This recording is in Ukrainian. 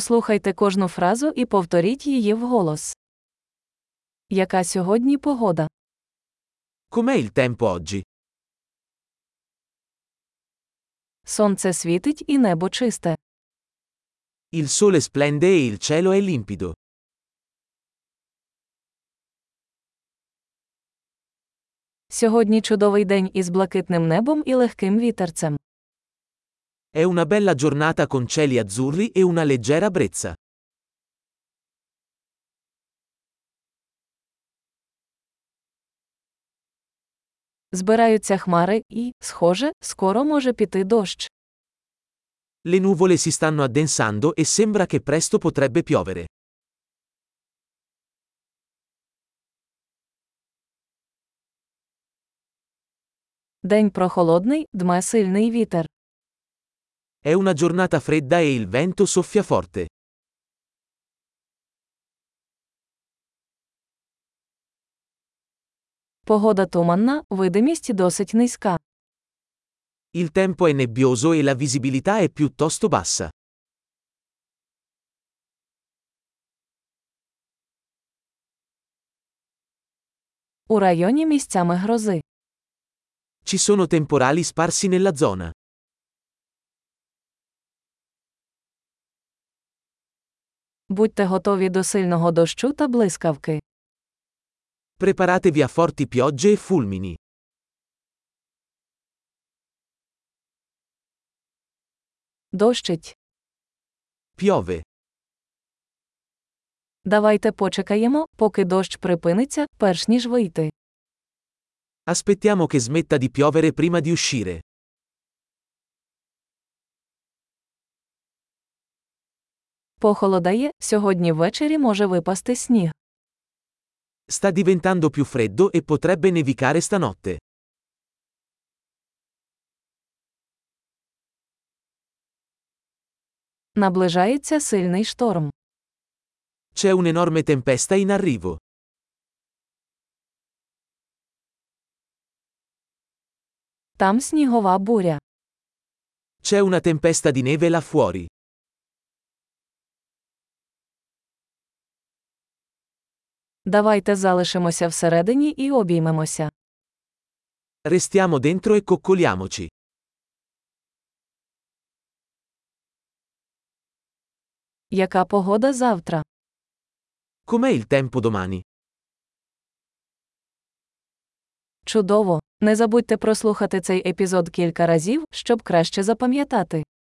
Послухайте кожну фразу і повторіть її вголос. Яка сьогодні погода? Com'è il tempo oggi? Сонце світить і небо чисте. Il sole splende e il cielo è limpido. Сьогодні чудовий день із блакитним небом і легким вітерцем. È una bella giornata con cieli azzurri e una leggera brezza. Збираються хмари і, схоже, скоро може піти дощ. Le nuvole si stanno addensando e sembra che presto potrebbe piovere. День прохолодний, дме сильний вітер. È una giornata fredda e il vento soffia forte. Погода туманна, видимість досить низька. Il tempo è nebbioso e la visibilità è piuttosto bassa. У районі місцями грози. Ci sono temporali sparsi nella zona. Будьте готові до сильного дощу та блискавки. Preparatevi a forti piogge e fulmini. Дощить. Piove. Давайте почекаємо, поки дощ припиниться, перш ніж вийти. Aspettiamo che smetta di piovere prima di uscire. Похолодає, сьогодні ввечері може випасти сніг. Sta diventando più freddo e potrebbe nevicare stanotte. Наближається сильний шторм. C'è un'enorme tempesta in arrivo. Там снігова буря. C'è una tempesta di neve là fuori. Давайте залишимося всередині і обіймемося. Restiamo dentro e coccoliamoci. Яка погода завтра? Com'è il tempo domani? Чудово! Не забудьте прослухати цей епізод кілька разів, щоб краще запам'ятати.